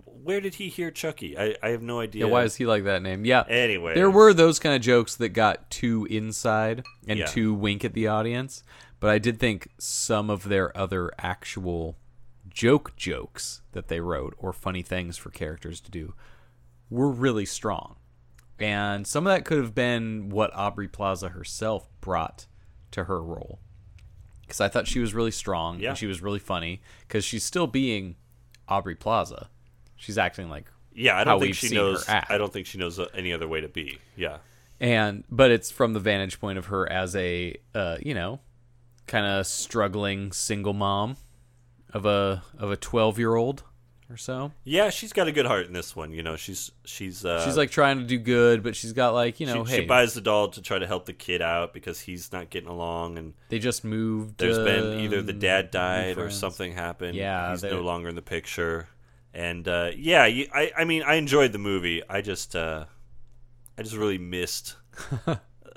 Speaker 2: Where did he hear Chucky? I, I have no idea.
Speaker 1: Yeah, why is he like that name? Yeah.
Speaker 2: Anyways.
Speaker 1: there were those kind of jokes that got too inside and
Speaker 2: Yeah.
Speaker 1: too wink at the audience. But I did think some of their other actual joke jokes that they wrote or funny things for characters to do were really strong. And some of that could have been what Aubrey Plaza herself brought to her role. Because I thought she was really strong
Speaker 2: Yeah.
Speaker 1: and she was really funny because she's still being Aubrey Plaza. She's acting like
Speaker 2: Yeah, I
Speaker 1: how
Speaker 2: don't think
Speaker 1: we've
Speaker 2: she
Speaker 1: seen her
Speaker 2: knows.
Speaker 1: act.
Speaker 2: I don't think she knows uh, any other way to be. Yeah,
Speaker 1: and but it's from the vantage point of her as a uh, you know kind of struggling single mom of a of a 12 year old or so
Speaker 2: yeah, she's got a good heart in this one. You know, she's she's uh,
Speaker 1: she's like trying to do good but she's got like you
Speaker 2: she,
Speaker 1: know
Speaker 2: she
Speaker 1: hey
Speaker 2: buys the doll to try to help the kid out because he's not getting along, and
Speaker 1: they just moved
Speaker 2: there's been
Speaker 1: um,
Speaker 2: either the dad died or
Speaker 1: friends.
Speaker 2: something happened.
Speaker 1: Yeah,
Speaker 2: he's
Speaker 1: they're-
Speaker 2: no longer in the picture, and uh, yeah, you, I I mean I enjoyed the movie. I just uh, I just
Speaker 1: *laughs*
Speaker 2: really missed.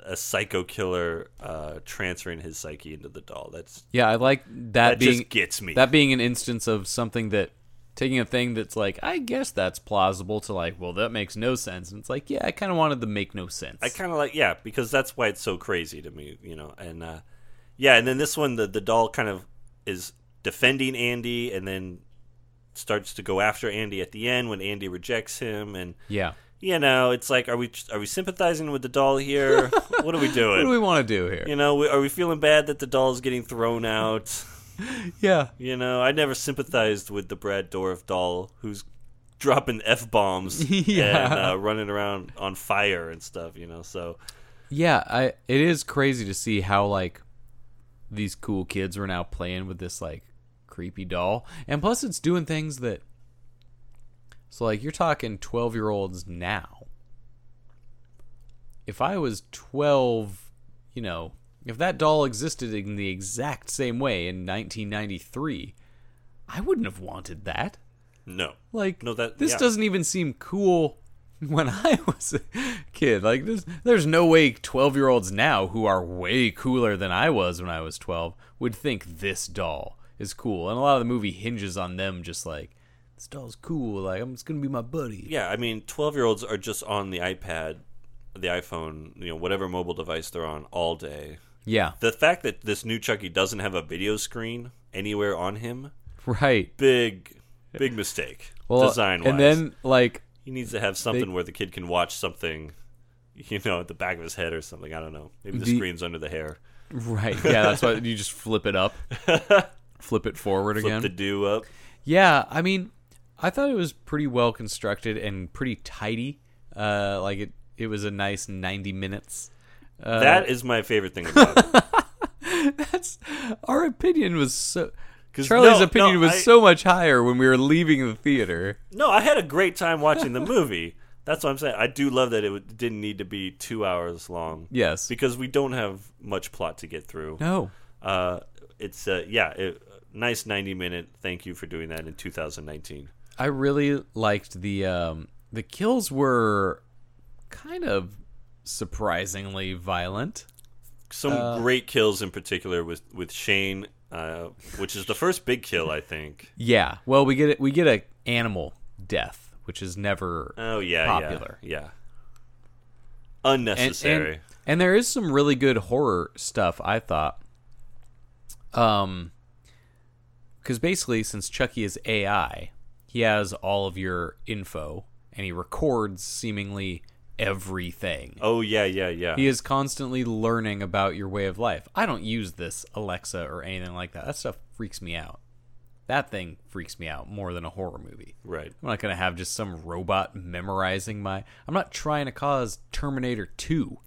Speaker 2: A psycho killer uh, transferring his psyche into the doll. That's
Speaker 1: yeah i like that,
Speaker 2: that
Speaker 1: being
Speaker 2: just gets me.
Speaker 1: that being an instance of something that taking a thing that's like i guess that's plausible to like well that makes no sense and it's like yeah i kind of wanted the make no sense
Speaker 2: I kind of like yeah because that's why it's so crazy to me, you know. And uh, yeah, and then this one the the doll kind of is defending Andy and then starts to go after Andy at the end when Andy rejects him and
Speaker 1: yeah
Speaker 2: you know, it's like are we are we sympathizing with the
Speaker 1: *laughs*
Speaker 2: doll here? what are we
Speaker 1: what
Speaker 2: doing?
Speaker 1: do we want to do here
Speaker 2: you know, we, are we feeling bad that the doll's getting thrown out?
Speaker 1: yeah
Speaker 2: You know, I never sympathized with the Brad Dorff doll who's dropping f bombs
Speaker 1: *laughs* Yeah.
Speaker 2: and uh, running around on fire and stuff. You know, so
Speaker 1: Yeah, I it is crazy to see how like these cool kids were now playing with this like creepy doll. And plus it's doing things that so like you're talking 12-year-olds now. If I was 12, you know, if that doll existed in the exact same way in 1993, I wouldn't have wanted that.
Speaker 2: no.
Speaker 1: Like
Speaker 2: No, that-
Speaker 1: this
Speaker 2: yeah.
Speaker 1: doesn't even seem cool *laughs* when I was a kid. Like this there's no way 12-year-olds now who are way cooler than I was when I was 12 would think this doll is cool. And a lot of the movie hinges on them just like this doll's cool. Like I'm just going to be my buddy.
Speaker 2: Yeah, I mean, twelve-year-olds are just on the iPad, the iPhone, you know, whatever mobile device they're on all day.
Speaker 1: Yeah.
Speaker 2: The fact that this new Chucky doesn't have a video screen anywhere on him,
Speaker 1: Right.
Speaker 2: big, big mistake.
Speaker 1: Well,
Speaker 2: design wise,
Speaker 1: and then like
Speaker 2: he needs to have something where the kid can watch something, you know, at the back of his head or something. I don't know. Maybe the,
Speaker 1: The-
Speaker 2: screen's under the hair.
Speaker 1: right. Yeah, that's why you just flip it
Speaker 2: *laughs*
Speaker 1: up. flip it forward
Speaker 2: Flip
Speaker 1: again.
Speaker 2: the do up.
Speaker 1: Yeah, I mean, I thought it was pretty well constructed and pretty tidy. Uh, like it, it was a nice ninety minutes. Uh,
Speaker 2: that is my favorite thing about it.
Speaker 1: That's our opinion was so. Charlie's
Speaker 2: no,
Speaker 1: opinion
Speaker 2: no,
Speaker 1: was
Speaker 2: I-
Speaker 1: so much higher when we were leaving the theater.
Speaker 2: No, I had a great time watching the movie. *laughs* That's what I'm saying. I do love that it w- didn't need to be two hours long.
Speaker 1: Yes.
Speaker 2: because we don't have much plot to get through.
Speaker 1: No.
Speaker 2: Uh, it's uh, yeah, it, nice ninety minute. Thank you for doing that in 2019.
Speaker 1: I really liked the um, the kills were kind of surprisingly violent.
Speaker 2: Some
Speaker 1: Uh,
Speaker 2: great kills in particular with with Shane, uh, which is the first big kill I think.
Speaker 1: Yeah. Well, we get it. We get a animal death, which is never
Speaker 2: Oh yeah,
Speaker 1: popular.
Speaker 2: yeah, yeah.
Speaker 1: and,
Speaker 2: Unnecessary.
Speaker 1: and, and there is some really good horror stuff i thought um because basically since chucky is ai he has all of your info and he records seemingly everything
Speaker 2: oh yeah, yeah, yeah.
Speaker 1: he is constantly learning about your way of life i don't use this alexa or anything like that that stuff freaks me out that thing freaks me out more than a horror movie
Speaker 2: right.
Speaker 1: i'm not going to have just some robot memorizing my i'm not trying to cause terminator 2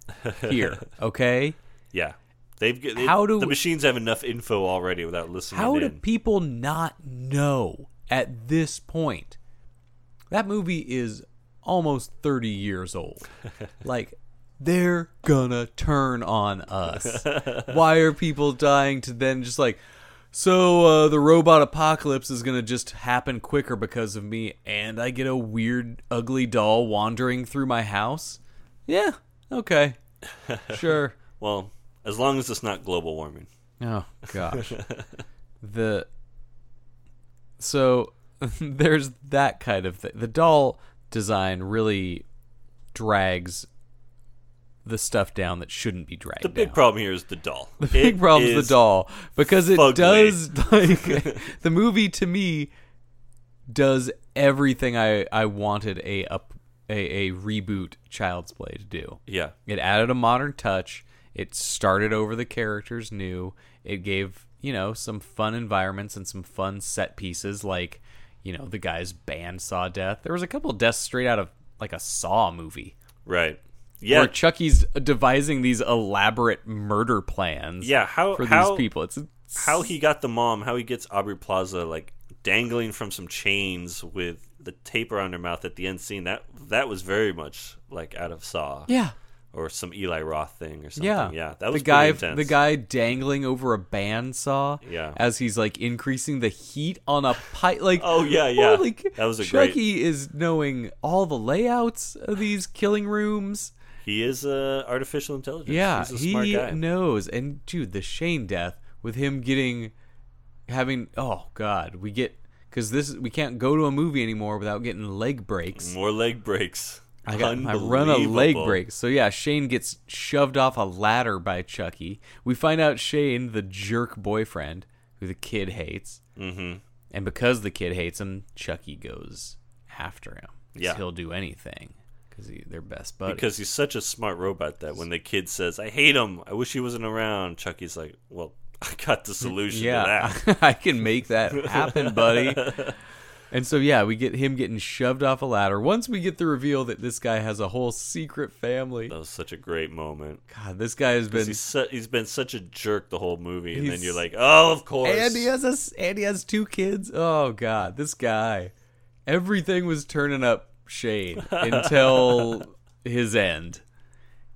Speaker 1: here okay
Speaker 2: Yeah. They've g- they,
Speaker 1: How do-
Speaker 2: the machines have enough info already without listening
Speaker 1: How do
Speaker 2: in.
Speaker 1: people not know at this point? That movie is almost 30 years
Speaker 2: *laughs*
Speaker 1: old. like, they're gonna turn on
Speaker 2: *laughs*
Speaker 1: us. Why are people dying to then just like, so uh, the robot apocalypse is gonna just happen quicker because of me, and I get a weird, ugly doll wandering through my house? Yeah,
Speaker 2: *laughs*
Speaker 1: okay. Sure.
Speaker 2: well, as long as it's not global warming.
Speaker 1: Oh
Speaker 2: *laughs*
Speaker 1: gosh. the so *laughs* there's that kind of thing. The doll design really drags the stuff down that shouldn't be dragged
Speaker 2: The big
Speaker 1: down.
Speaker 2: problem here is the doll. The
Speaker 1: big problem's *laughs* the doll because it
Speaker 2: fugly.
Speaker 1: does *laughs*
Speaker 2: *laughs*
Speaker 1: like the movie to me does everything I I wanted a up a, a reboot Child's Play to do.
Speaker 2: Yeah.
Speaker 1: It added a modern touch. It started over the characters new. It gave, you know, some fun environments and some fun set pieces like, you know, the guy's bandsaw death. There was a couple of deaths straight out of like a Saw movie
Speaker 2: Right. Yeah.
Speaker 1: where Chucky's devising these elaborate murder plans
Speaker 2: Yeah, how-
Speaker 1: for
Speaker 2: how-
Speaker 1: these people. It's, it's
Speaker 2: how he got the mom, how he gets Aubrey Plaza like dangling from some chains with the tape around her mouth at the end scene. That that was very much like out of Saw.
Speaker 1: Yeah.
Speaker 2: Or some Eli Roth thing or something.
Speaker 1: Yeah,
Speaker 2: Yeah. that was
Speaker 1: the guy.
Speaker 2: pretty intense.
Speaker 1: The guy dangling over a bandsaw.
Speaker 2: Yeah.
Speaker 1: as he's like increasing the heat on a pipe. Like,
Speaker 2: Oh, yeah, yeah.
Speaker 1: holy c-
Speaker 2: That was a great-
Speaker 1: Chucky is knowing all the layouts of these killing rooms.
Speaker 2: He is uh, artificial intelligence.
Speaker 1: Yeah,
Speaker 2: He's a smart
Speaker 1: he
Speaker 2: guy.
Speaker 1: knows. And dude, the Shane death with him getting having. Oh God, we get because this we can't go to a movie anymore without getting leg breaks.
Speaker 2: More leg breaks.
Speaker 1: I got I run a leg
Speaker 2: Unbelievable.
Speaker 1: break. So yeah, Shane gets shoved off a ladder by Chucky. We find out Shane, the jerk boyfriend, who the kid hates, mm-hmm. and because the kid hates him, Chucky goes after him. 'Cause
Speaker 2: Yeah.
Speaker 1: he'll do anything because he, they're best buddies.
Speaker 2: Because he's such a smart robot that when the kid says, I hate him, I wish he wasn't around, Chucky's like, Well, *laughs* I got the
Speaker 1: *laughs*
Speaker 2: solution
Speaker 1: yeah,
Speaker 2: to that.
Speaker 1: I can make that happen,
Speaker 2: *laughs*
Speaker 1: buddy. And so yeah, we get him getting shoved off a ladder. Once we get the reveal that this guy has a whole secret family.
Speaker 2: That was such a great moment.
Speaker 1: God, this guy has been
Speaker 2: He's, su- he's been such a jerk the whole movie, and then
Speaker 1: He's-
Speaker 2: you're like, Oh, of course.
Speaker 1: And he has a, s- and he has two kids. Oh god, this guy. Everything was turning up shade until his end.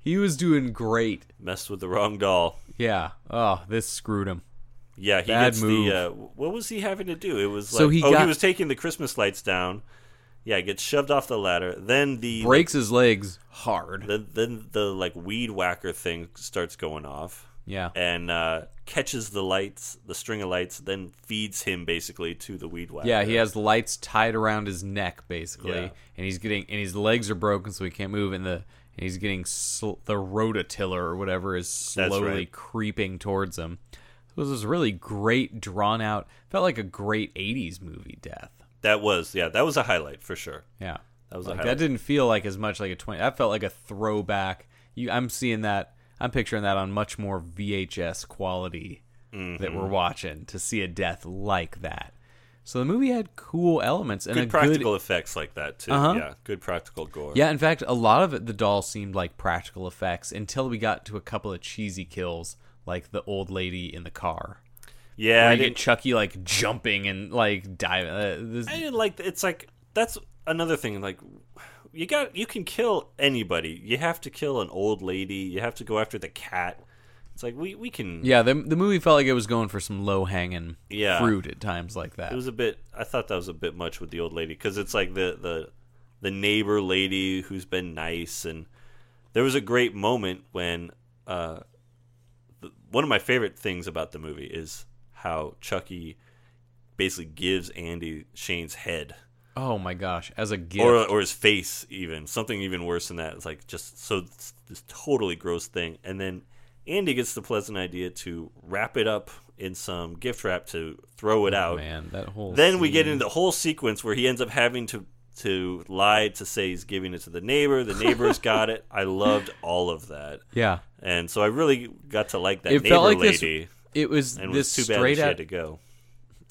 Speaker 1: He was doing great.
Speaker 2: Messed with the wrong doll.
Speaker 1: Yeah. Oh, this screwed him.
Speaker 2: Yeah, he
Speaker 1: Bad
Speaker 2: gets
Speaker 1: move.
Speaker 2: the. Uh, what was he having to do? It was like,
Speaker 1: So he
Speaker 2: oh,
Speaker 1: got-
Speaker 2: he was taking the Christmas lights down. Yeah, gets shoved off the ladder. Then the
Speaker 1: Breaks his legs hard.
Speaker 2: then then the like weed whacker thing starts going off
Speaker 1: Yeah.
Speaker 2: and uh, catches the lights, the string of lights, then feeds him basically to the weed whacker.
Speaker 1: Yeah, he has lights tied around his neck basically,
Speaker 2: Yeah.
Speaker 1: and he's getting and his legs are broken, so he can't move. And the and he's getting sl- the rototiller or whatever is
Speaker 2: That's
Speaker 1: slowly
Speaker 2: right.
Speaker 1: creeping towards him. It was this really great, drawn out, felt like a great '80s movie death.
Speaker 2: That was yeah, that was a highlight for sure.
Speaker 1: Yeah,
Speaker 2: That was a
Speaker 1: like,
Speaker 2: highlight.
Speaker 1: that didn't feel like as much like a twenty. That felt like a throwback. You, I'm seeing that. I'm picturing that on much more VHS quality that
Speaker 2: Mm-hmm.
Speaker 1: we're watching to see a death like that. So the movie had cool elements and
Speaker 2: Good
Speaker 1: a
Speaker 2: practical
Speaker 1: good
Speaker 2: effects like that too.
Speaker 1: Uh-huh.
Speaker 2: Yeah, good practical gore.
Speaker 1: yeah, in fact, a lot of it, the doll seemed like practical effects until we got to a couple of cheesy kills, like the old lady in the car.
Speaker 2: yeah.
Speaker 1: Where
Speaker 2: I
Speaker 1: you get
Speaker 2: didn't,
Speaker 1: Chucky like jumping and like diving. Uh, this,
Speaker 2: I didn't like. It's like that's another thing. Like you got you can kill anybody. You have to kill an old lady. You have to go after the cat. It's like we we can.
Speaker 1: yeah, the, the movie felt like it was going for some low hanging
Speaker 2: Yeah.
Speaker 1: fruit at times like that.
Speaker 2: It was a bit. I thought that was a bit much with the old lady because it's like the the the neighbor lady who's been nice and there was a great moment when uh the, one of my favorite things about the movie is how Chucky basically gives Andy Shane's head
Speaker 1: oh my gosh, as a gift.
Speaker 2: or or his face even something even worse than that. It's like just so this, this totally gross thing, and then Andy gets the pleasant idea to wrap it up in some gift wrap to throw it out.
Speaker 1: Oh, man, that whole.
Speaker 2: Then we get
Speaker 1: scene.
Speaker 2: into the whole sequence where he ends up having to to lie to say he's giving it to the neighbor. The
Speaker 1: *laughs*
Speaker 2: neighbor's got it. I loved all of that,
Speaker 1: Yeah,
Speaker 2: and so I really got to like that
Speaker 1: it
Speaker 2: neighbor
Speaker 1: felt like
Speaker 2: lady.
Speaker 1: this. It was
Speaker 2: and
Speaker 1: this
Speaker 2: it was too bad that
Speaker 1: straight
Speaker 2: she
Speaker 1: out.
Speaker 2: had to go.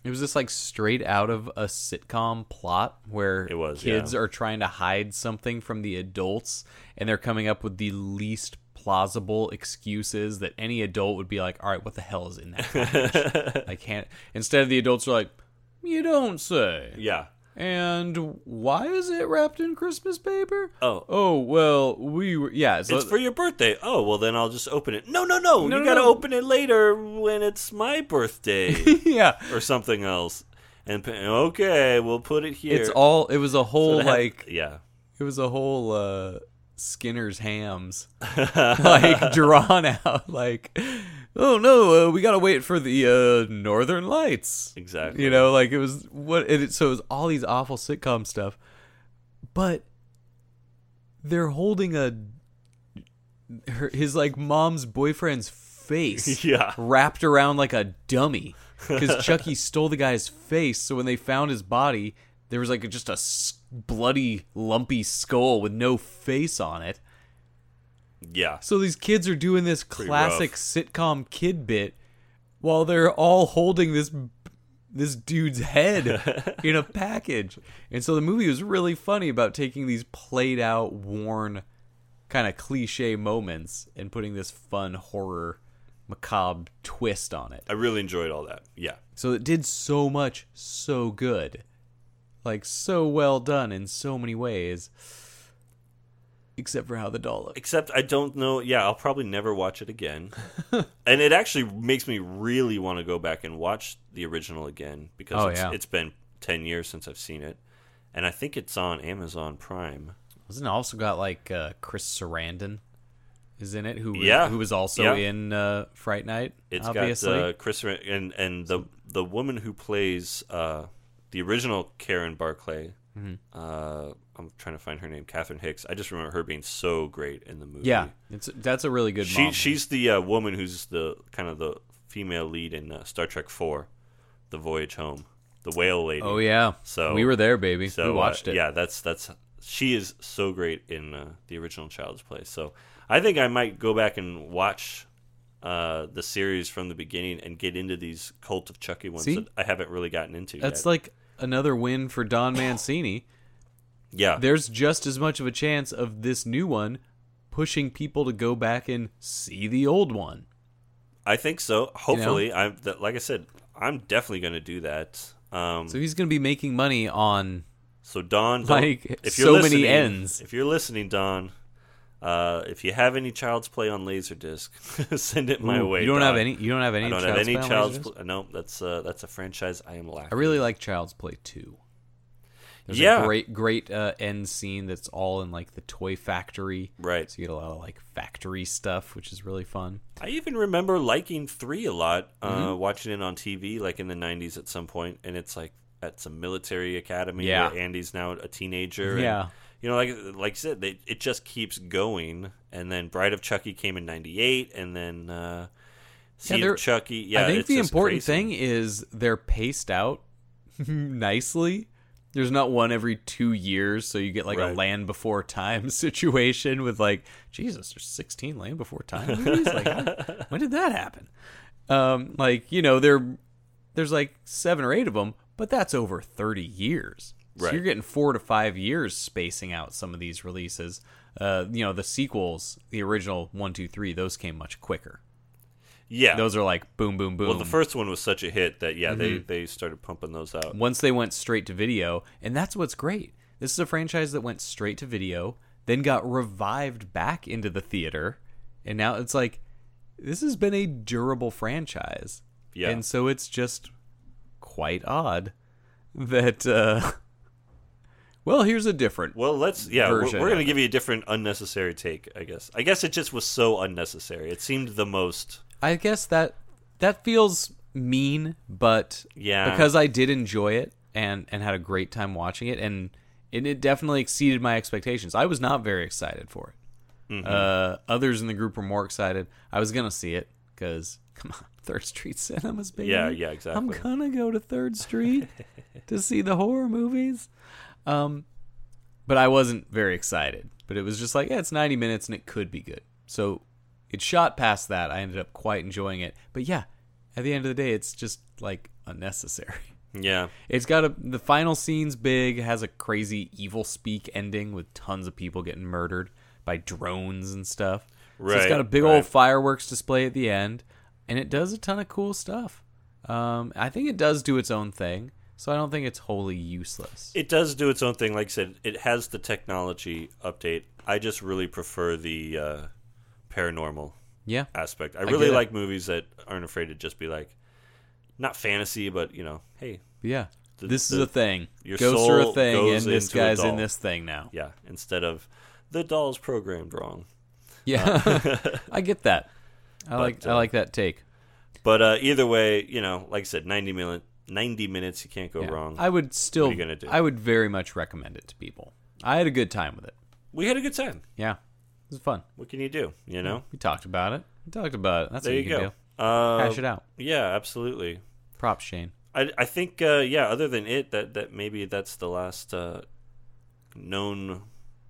Speaker 1: It was this like straight out of a sitcom plot where
Speaker 2: It was,
Speaker 1: kids
Speaker 2: yeah.
Speaker 1: are trying to hide something from the adults and they're coming up with the least plausible excuses that any adult would be like, all right, what the hell is in that?
Speaker 2: *laughs*
Speaker 1: package? I can't. Instead of the adults are like, you don't say.
Speaker 2: Yeah,
Speaker 1: And why is it wrapped in Christmas paper?
Speaker 2: Oh.
Speaker 1: Oh, well, we were. Yeah. So
Speaker 2: it's for your birthday. Oh well, then I'll just open it. No, no, no.
Speaker 1: No,
Speaker 2: you
Speaker 1: no,
Speaker 2: got to
Speaker 1: no.
Speaker 2: open it later when it's
Speaker 1: *laughs*
Speaker 2: my birthday
Speaker 1: *laughs* yeah.
Speaker 2: or something else. And pa- okay, we'll put it here.
Speaker 1: It's all. It was a
Speaker 2: So
Speaker 1: whole,
Speaker 2: it had-
Speaker 1: like.
Speaker 2: yeah.
Speaker 1: It was a whole uh, Skinner's
Speaker 2: *laughs*
Speaker 1: hams, like drawn out. Like, oh no, uh, we gotta wait for the uh, Northern Lights.
Speaker 2: Exactly. *laughs*
Speaker 1: You know, like it was what. It, so it was all these awful sitcom stuff, but they're holding a her, his like mom's boyfriend's face
Speaker 2: *laughs* Yeah.
Speaker 1: *laughs* wrapped around like a dummy because Chucky stole the guy's face. So when they found his body, there was like just a s- bloody, lumpy skull with no face on it.
Speaker 2: Yeah.
Speaker 1: So these kids are doing this
Speaker 2: rough.
Speaker 1: classic sitcom kid bit while they're all holding this this dude's head in a package. And so the movie was really funny about taking these played out, worn kind of cliche moments and putting this fun horror macabre twist on it.
Speaker 2: I really enjoyed all that. Yeah.
Speaker 1: So it did so much so good. Like so well done in so many ways. Except for how the doll looks.
Speaker 2: Except I don't know. Yeah, I'll probably never watch
Speaker 1: *laughs*
Speaker 2: it again. and it actually makes me really want to go back and watch the original again because
Speaker 1: Oh,
Speaker 2: it's,
Speaker 1: yeah.
Speaker 2: it's been 10 years since I've seen it. And I think it's on Amazon Prime.
Speaker 1: Wasn't it also got like uh, Chris Sarandon is in it, who
Speaker 2: Yeah.
Speaker 1: who was also
Speaker 2: Yeah.
Speaker 1: in uh, Fright Night.
Speaker 2: It's
Speaker 1: obviously,
Speaker 2: got uh, Chris Ra- and and the the woman who plays uh, the original Karen Barclay.
Speaker 1: Mm-hmm.
Speaker 2: Uh, I'm trying to find her name, Catherine Hicks. I just remember her being so great in the movie.
Speaker 1: yeah, it's that's a really good.
Speaker 2: she
Speaker 1: mom.
Speaker 2: she's the uh, woman who's the kind of the female lead in uh, Star Trek Four, The Voyage Home, the whale lady.
Speaker 1: oh yeah,
Speaker 2: So-
Speaker 1: we were there, baby.
Speaker 2: so
Speaker 1: we
Speaker 2: uh,
Speaker 1: watched it.
Speaker 2: Yeah, that's that's she is so great in uh, the original Child's Play. So I think I might go back and watch uh, the series from the beginning and get into these Cult of Chucky ones
Speaker 1: See?
Speaker 2: that I haven't really gotten into.
Speaker 1: that's
Speaker 2: yet.
Speaker 1: like another win for Don Mancini.
Speaker 2: yeah,
Speaker 1: There's just as much of a chance of this new one pushing people to go back and see the old one.
Speaker 2: I think so. Hopefully, I'm that, like I said, I'm definitely going to do that. Um,
Speaker 1: So
Speaker 2: so,
Speaker 1: he's going to be making money on
Speaker 2: Don, don't-
Speaker 1: Like,
Speaker 2: if
Speaker 1: so
Speaker 2: you're
Speaker 1: many
Speaker 2: listening-
Speaker 1: ends.
Speaker 2: If you're listening, Don. Uh, if you have any Child's Play on Laserdisc, *laughs* send it my
Speaker 1: Ooh,
Speaker 2: way.
Speaker 1: You don't have
Speaker 2: Don.
Speaker 1: any. You don't have any.
Speaker 2: I don't
Speaker 1: Child's
Speaker 2: have any
Speaker 1: Play on
Speaker 2: Child's
Speaker 1: Laserdisc?
Speaker 2: Play. No, that's uh, that's a franchise I am lacking.
Speaker 1: I really like Child's Play 2. There's
Speaker 2: Yeah.
Speaker 1: a great great uh, end scene that's all in like the toy factory.
Speaker 2: Right.
Speaker 1: So you get a lot of like factory stuff, which is really fun.
Speaker 2: I even remember liking three a lot,
Speaker 1: Mm-hmm.
Speaker 2: uh, watching it on TV like in the '90s at some point, and it's like at some military academy
Speaker 1: Yeah.
Speaker 2: where Andy's now a teenager. and,
Speaker 1: Yeah.
Speaker 2: you know, like like I said, they, it just keeps going. And then Bride of Chucky came in '98, and then uh, Seed
Speaker 1: they're-
Speaker 2: of Chucky. Yeah,
Speaker 1: I think
Speaker 2: it's
Speaker 1: the
Speaker 2: just
Speaker 1: important
Speaker 2: crazy.
Speaker 1: thing is they're paced out *laughs* nicely. There's not one every two years, so you get like a
Speaker 2: Right.
Speaker 1: land before time *laughs* situation with like Jesus, there's 16 land before time movies. like,
Speaker 2: *laughs*
Speaker 1: how- when did that happen? Um, like you know, there there's like seven or eight of them, but that's over 30 years. So
Speaker 2: Right.
Speaker 1: you're getting four to five years spacing out some of these releases. Uh, you know, the sequels, the original one, two, three, those came much quicker.
Speaker 2: Yeah,
Speaker 1: Those are like boom, boom, boom. Mm-hmm.
Speaker 2: well, the first one was such a hit that yeah, they they started pumping those out.
Speaker 1: once they went straight to video, and that's what's great. This is a franchise that went straight to video, then got revived back into the theater, and now it's like this has been a durable franchise.
Speaker 2: Yeah.
Speaker 1: And so it's just quite odd that uh *laughs* well, here's a different
Speaker 2: Well, let's yeah, we're,
Speaker 1: version
Speaker 2: we're
Speaker 1: of
Speaker 2: gonna
Speaker 1: it.
Speaker 2: give you a different unnecessary take, I guess. I guess it just was so unnecessary. It seemed the most.
Speaker 1: I guess that that feels mean, but
Speaker 2: Yeah.
Speaker 1: because I did enjoy it and and had a great time watching it, and and it definitely exceeded my expectations. I was not very excited for it. Uh, others in the group were more excited. I was gonna see it because *laughs* come on, Third Street Cinemas, baby.
Speaker 2: Yeah, yeah,
Speaker 1: I'm
Speaker 2: exactly.
Speaker 1: gonna go to Third
Speaker 2: *laughs*
Speaker 1: Street to see the horror movies. Um, but I wasn't very excited. But it was just like, yeah, it's 90 minutes and it could be good. So it shot past that. I ended up quite enjoying it. But yeah, at the end of the day, it's just like unnecessary. *laughs*
Speaker 2: Yeah,
Speaker 1: It's got a the final scene's big, has a crazy evil speak ending with tons of people getting murdered by drones and stuff. So it's
Speaker 2: Right,
Speaker 1: got a big old
Speaker 2: right.
Speaker 1: fireworks display at the end, and it does a ton of cool stuff. Um, I think it does do its own thing, so I don't think it's wholly useless.
Speaker 2: it does do its own thing. Like I said, it has the technology update. I just really prefer the uh, paranormal
Speaker 1: yeah.
Speaker 2: aspect. I
Speaker 1: get
Speaker 2: really
Speaker 1: it.
Speaker 2: like movies that aren't afraid to just be like, not fantasy, but you know, hey,
Speaker 1: Yeah.
Speaker 2: The-
Speaker 1: this is
Speaker 2: the-
Speaker 1: a thing.
Speaker 2: your
Speaker 1: Ghosts are a
Speaker 2: soul
Speaker 1: thing, and
Speaker 2: goes
Speaker 1: this
Speaker 2: into a
Speaker 1: guy's in
Speaker 2: doll.
Speaker 1: this thing now.
Speaker 2: yeah. Instead of the doll's programmed wrong.
Speaker 1: Yeah. *laughs* I get that. I like I
Speaker 2: uh,
Speaker 1: like that take.
Speaker 2: But uh, either way, you know, like I said, ninety minute, ninety minutes, you can't go
Speaker 1: Yeah.
Speaker 2: wrong.
Speaker 1: I would still
Speaker 2: you gonna do?
Speaker 1: I would very much recommend it to people. I had a good time with it.
Speaker 2: we had a good time.
Speaker 1: Yeah. It was fun.
Speaker 2: What can you do? You know.
Speaker 1: We talked about it. We talked about it. That's
Speaker 2: There
Speaker 1: what
Speaker 2: you
Speaker 1: can
Speaker 2: go.
Speaker 1: do.
Speaker 2: Uh,
Speaker 1: Hash it out.
Speaker 2: Yeah, absolutely.
Speaker 1: Prop Shane.
Speaker 2: I, I think uh, yeah. Other than it, that that maybe that's the last uh, known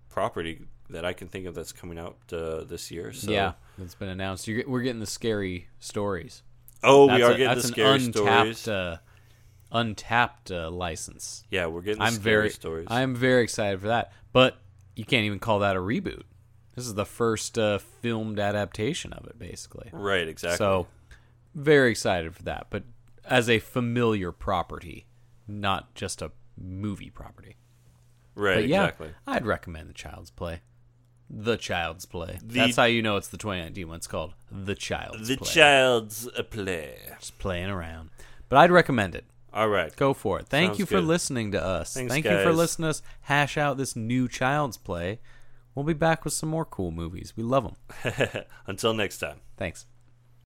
Speaker 2: property that I can think of that's coming out uh, this year. So.
Speaker 1: yeah, that's been announced. You're, get- we're getting the scary stories.
Speaker 2: Oh,
Speaker 1: That's
Speaker 2: we are
Speaker 1: a-
Speaker 2: getting the
Speaker 1: that's
Speaker 2: scary
Speaker 1: an untapped,
Speaker 2: stories.
Speaker 1: Uh, untapped uh, license.
Speaker 2: yeah, we're getting the
Speaker 1: I'm
Speaker 2: scary
Speaker 1: very,
Speaker 2: stories.
Speaker 1: I'm very excited for that. But you can't even call that a reboot. This is the first uh, filmed adaptation of it, basically.
Speaker 2: right. Exactly.
Speaker 1: So, very excited for that. But as a familiar property, not just a movie property.
Speaker 2: right.
Speaker 1: But yeah,
Speaker 2: Exactly.
Speaker 1: I'd recommend the Child's Play. The Child's Play.
Speaker 2: The-
Speaker 1: That's how you know it's the 2019 one. It's called The Child's
Speaker 2: The
Speaker 1: Play.
Speaker 2: child's a play.
Speaker 1: Just playing around. But I'd recommend it.
Speaker 2: All right.
Speaker 1: Go for it. Thank
Speaker 2: Sounds
Speaker 1: you for
Speaker 2: good.
Speaker 1: listening to us.
Speaker 2: Thanks,
Speaker 1: Thank you for
Speaker 2: guys.
Speaker 1: listening to us hash out this new Child's Play. We'll be back with some more cool movies. We love them.
Speaker 2: *laughs* Until next time.
Speaker 1: Thanks.